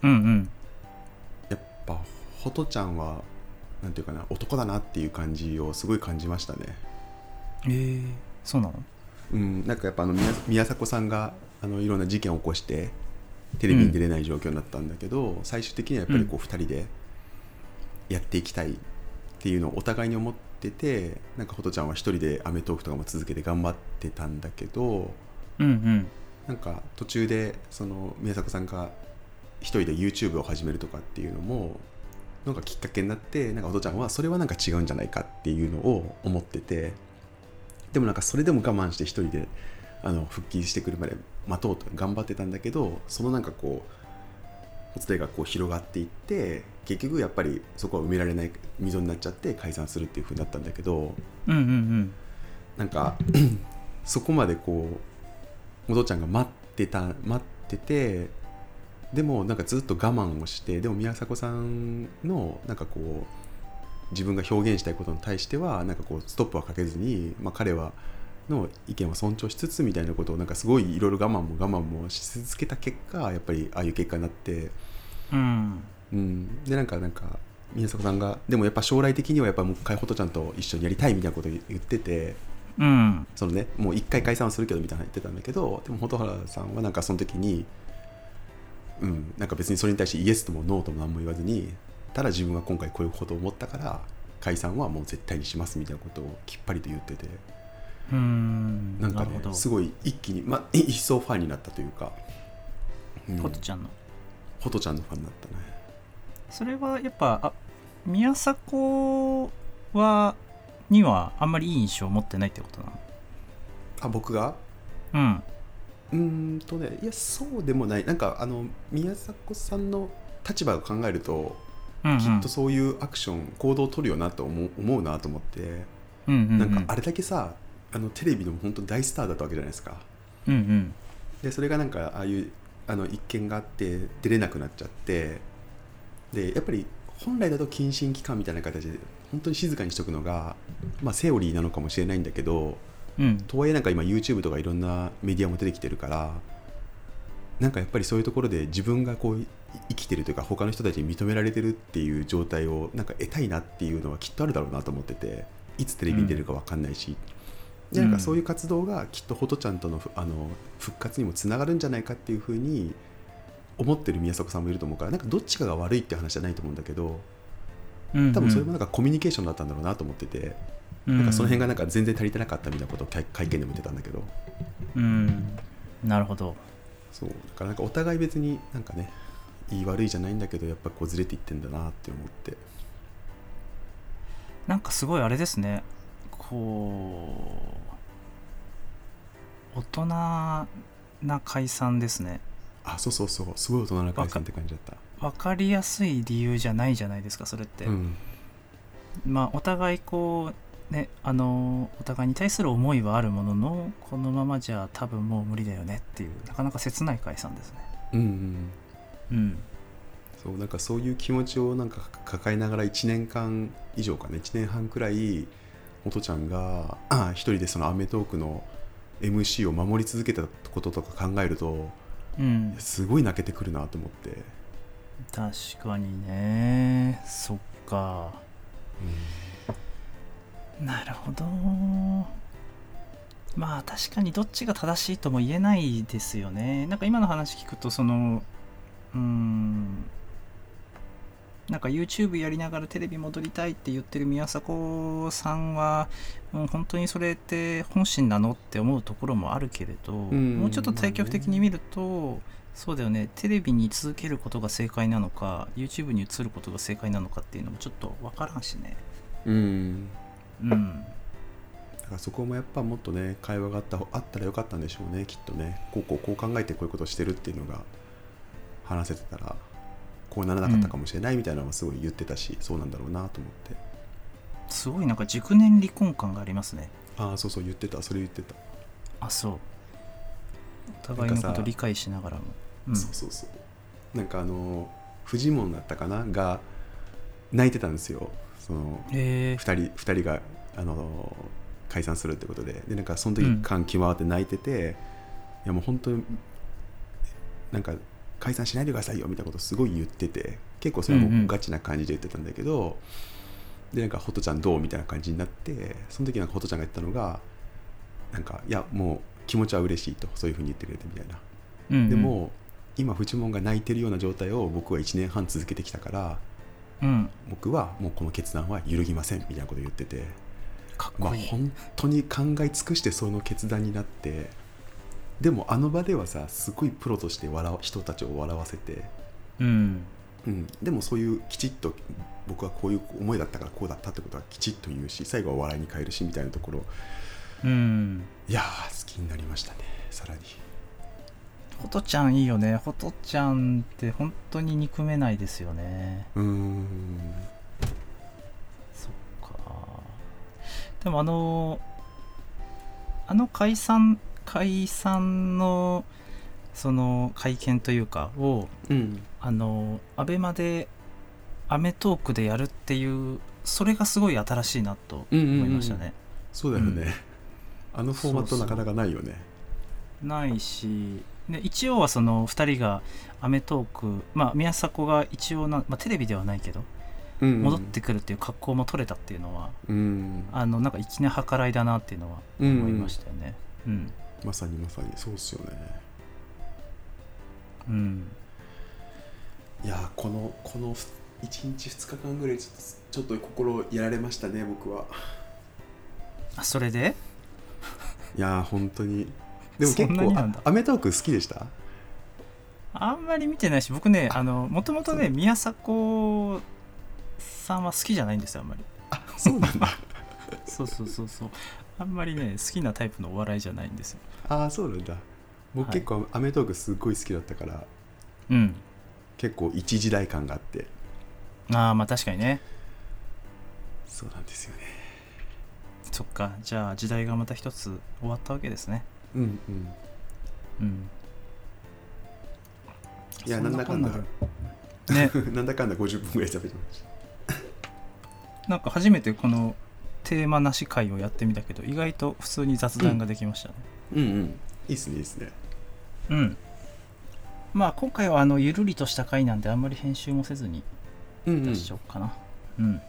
Speaker 1: うんうん
Speaker 2: やっぱホトちゃんはなんていうかな男だなっていう感じをすごい感じましたね
Speaker 1: ええそうなの
Speaker 2: うんなんかやっぱあの宮宮迫さんがあのいろんな事件を起こしてテレビに出れない状況になったんだけど、最終的にはやっぱりこう2人でやっていきたいっていうのをお互いに思っててなんかホトちゃんは1人で『アメトーーク』とかも続けて頑張ってたんだけど
Speaker 1: うんうん
Speaker 2: なんか途中でその宮迫さんが一人で YouTube を始めるとかっていうのもなんかきっかけになってなんかお父ちゃんはそれはなんか違うんじゃないかっていうのを思っててでもなんかそれでも我慢して一人であの復帰してくるまで待とうと頑張ってたんだけどそのなんかこうほつれがこう広がっていって結局やっぱりそこは埋められない溝になっちゃって解散するっていうふうになったんだけど
Speaker 1: うんうんうん
Speaker 2: なんか そこまでこうお父ちゃんが待ってた待っててでもなんかずっと我慢をしてでも宮迫さんのなんかこう自分が表現したいことに対してはなんかこうストップはかけずに、まあ、彼はの意見を尊重しつつみたいなことをなんかすごいいろいろ我慢も我慢もし続けた結果やっぱりああいう結果になって
Speaker 1: うん
Speaker 2: うん、でなんかなんか宮迫さんがでもやっぱ将来的にはやっぱもう一回ホトちゃんと一緒にやりたいみたいなことを言ってて
Speaker 1: うん
Speaker 2: そのねもう一回解散はするけどみたいなの言ってたんだけどでも蛍原さんはなんかその時にうんなんか別にそれに対してイエスともノーとも何も言わずにただ自分は今回こういうことを思ったから解散はもう絶対にしますみたいなことをきっぱりと言ってて
Speaker 1: うん
Speaker 2: なんかね
Speaker 1: るほど
Speaker 2: すごい一気に、ま、一層ファンになったというか、うん、
Speaker 1: ホトちゃんの
Speaker 2: ホトちゃんのファンになったね
Speaker 1: それはやっぱあ宮迫はにはあんまりいい印象を持ってないってことな
Speaker 2: あ僕が
Speaker 1: の
Speaker 2: うーんとねいやそうでもないなんかあの宮迫さんの立場を考えると
Speaker 1: うんうん
Speaker 2: きっとそういうアクション、行動を取るよなと思う思うなと思って
Speaker 1: うんうんうん
Speaker 2: なんかあれだけさあのテレビの本当に大スターだったわけじゃないですか
Speaker 1: うんうん
Speaker 2: でそれがなんかああいうあの一件があって出れなくなっちゃってでやっぱり本来だと謹慎期間みたいな形で本当に静かにしとくのが、まあ、セオリーなのかもしれないんだけど
Speaker 1: うん
Speaker 2: とはいえなんか今 YouTube とかいろんなメディアも出てきてるからなんかやっぱりそういうところで自分がこう生きてるというか他の人たちに認められてるっていう状態をなんか得たいなっていうのはきっとあるだろうなと思ってていつテレビに出るか分かんないし、でなんかそういう活動がきっとホトちゃんとのふあの復活にもつながるんじゃないかっていうふうに思ってる宮迫さんもいると思うからなんかどっちかが悪いって話じゃないと思うんだけど
Speaker 1: うん
Speaker 2: 多分それもなんかコミュニケーションだったんだろうなと思ってて、なんかその辺がなんか全然足りてなかったみたいなことを会会見でも言ってたんだけど
Speaker 1: うん、うんなるほど
Speaker 2: そうだからなんかお互い別になんかねいい悪いじゃないんだけどやっぱこうずれていってんだなって思って
Speaker 1: なんかすごいあれですねこう大人な解散ですね
Speaker 2: あそうそうそうすごい大人な解散って感じだった
Speaker 1: 分かりやすい理由じゃないじゃないですかそれって、
Speaker 2: うん
Speaker 1: まあお互いこうねあのお互いに対する思いはあるもののこのままじゃ多分もう無理だよねっていうなかなか切ない解散ですね
Speaker 2: うんうん
Speaker 1: うん
Speaker 2: そうなんかそういう気持ちをなんか抱えながら1年間以上かね1年半くらい元ちゃんが一人でその『アメトーーク』の MC を守り続けたこととか考えると
Speaker 1: うん
Speaker 2: すごい泣けてくるなと思って、うん
Speaker 1: 確かにねそっかなるほどまあ確かにどっちが正しいとも言えないですよねなんか今の話聞くとそのうーんなんか YouTube やりながらテレビ戻りたいって言ってる宮迫さんは、うん、本当にそれって本心なのって思うところもあるけれど、
Speaker 2: ん
Speaker 1: もうちょっと対極的に見ると、そうだよねテレビに続けることが正解なのか YouTube に移ることが正解なのかっていうのもちょっと分からんしね。
Speaker 2: うん
Speaker 1: うん
Speaker 2: だからそこもやっぱもっとね会話があったあったらよかったんでしょうねきっとねこうこうこう考えてこういうことをしてるっていうのが話せてたらこうならなかったかもしれないみたいなのもすごい言ってたし、そうなんだろうなと思って
Speaker 1: すごいなんか熟年離婚感がありますね
Speaker 2: ああそうそう言ってたそれ言ってた、
Speaker 1: あそうお互いのこ
Speaker 2: なんか
Speaker 1: と
Speaker 2: さ
Speaker 1: 理解しながらもうん
Speaker 2: そうそうそうなんかあのフジモンだったかなが泣いてたんですよその
Speaker 1: へえ
Speaker 2: 2人二人があの解散するってことででなんかその時感極まって泣いてて、いやもう本当になんか解散しないでくださいよみたいなことすごい言ってて結構それ
Speaker 1: う
Speaker 2: は
Speaker 1: んう
Speaker 2: も
Speaker 1: ん
Speaker 2: うガチな感じで言ってたんだけど、でなんかホトちゃんどうみたいな感じになってその時なんかホトちゃんが言ったのがなんかいやもう気持ちは嬉しいとそういうふうに言ってくれてみたいな
Speaker 1: うんうん
Speaker 2: でも、今フジモンが泣いてるような状態を僕は1年半続けてきたから
Speaker 1: うん
Speaker 2: 僕はもうこの決断は揺るぎませんみたいなこと言ってて
Speaker 1: かっ
Speaker 2: まあ、
Speaker 1: こいい、
Speaker 2: 本当に考え尽くしてその決断になってでもあの場ではさすごいプロとして笑わ人たちを笑わせて、
Speaker 1: うん
Speaker 2: うん、でもそういうきちっと僕はこういう思いだったからこうだったってことはきちっと言うし最後は笑いに変えるしみたいなところ
Speaker 1: うん
Speaker 2: いやー好きになりましたねさらに
Speaker 1: ホトちゃんいいよねホトちゃんって本当に憎めないですよね
Speaker 2: うーん
Speaker 1: そっかでもあのあの解散解散のその会見というかを
Speaker 2: うん
Speaker 1: あのアベマで『アメトーーク』でやるっていうそれがすごい新しいなと
Speaker 2: うんうんうん
Speaker 1: 思いましたね、
Speaker 2: そうだよね、あのフォーマット
Speaker 1: そうそう
Speaker 2: なかなかないよね
Speaker 1: ないしで一応はその2人が『アメトーーク』まあ宮迫が一応な、まあ、テレビではないけど戻ってくるっていう格好も取れたっていうのは、
Speaker 2: うん
Speaker 1: あのなんか粋な計らいだなっていうのは思いましたよねうん、
Speaker 2: まさにまさにそうっすよね
Speaker 1: うん、
Speaker 2: いやーこのこの1日2日間ぐらいちょっとちょっと心やられましたね僕は
Speaker 1: あそれで
Speaker 2: いやー本当にでも結
Speaker 1: そんなに
Speaker 2: 構
Speaker 1: なんだ
Speaker 2: あアメトーーク好きでした
Speaker 1: あんまり見てないし僕ねあのもともとね宮迫さんは好きじゃないんですよあんまり
Speaker 2: そうなんだ
Speaker 1: そうそうそうそう。あんまりね、好きなタイプのお笑いじゃないんですよ。
Speaker 2: ああそうなんだ僕
Speaker 1: はい
Speaker 2: 結構アメトーークすっごい好きだったから、
Speaker 1: うん。
Speaker 2: 結構一時代感があって
Speaker 1: ああ、まあ確かにね。
Speaker 2: そうなんですよね
Speaker 1: そっか。じゃあ時代がまた一つ終わったわけですね。
Speaker 2: うんうん
Speaker 1: うん。
Speaker 2: いや
Speaker 1: そ
Speaker 2: なんだかんだ
Speaker 1: こでね、
Speaker 2: なんだかん だ50分ぐらい喋りました
Speaker 1: なんか初めてこのテーマなし会をやってみたけど、意外と普通に雑談ができましたね。
Speaker 2: うんうんいいっすねいいっすね
Speaker 1: うん。まあ今回はあのゆるりとした回なんであんまり編集もせずに
Speaker 2: うんうん
Speaker 1: 出しちゃおうかなうん、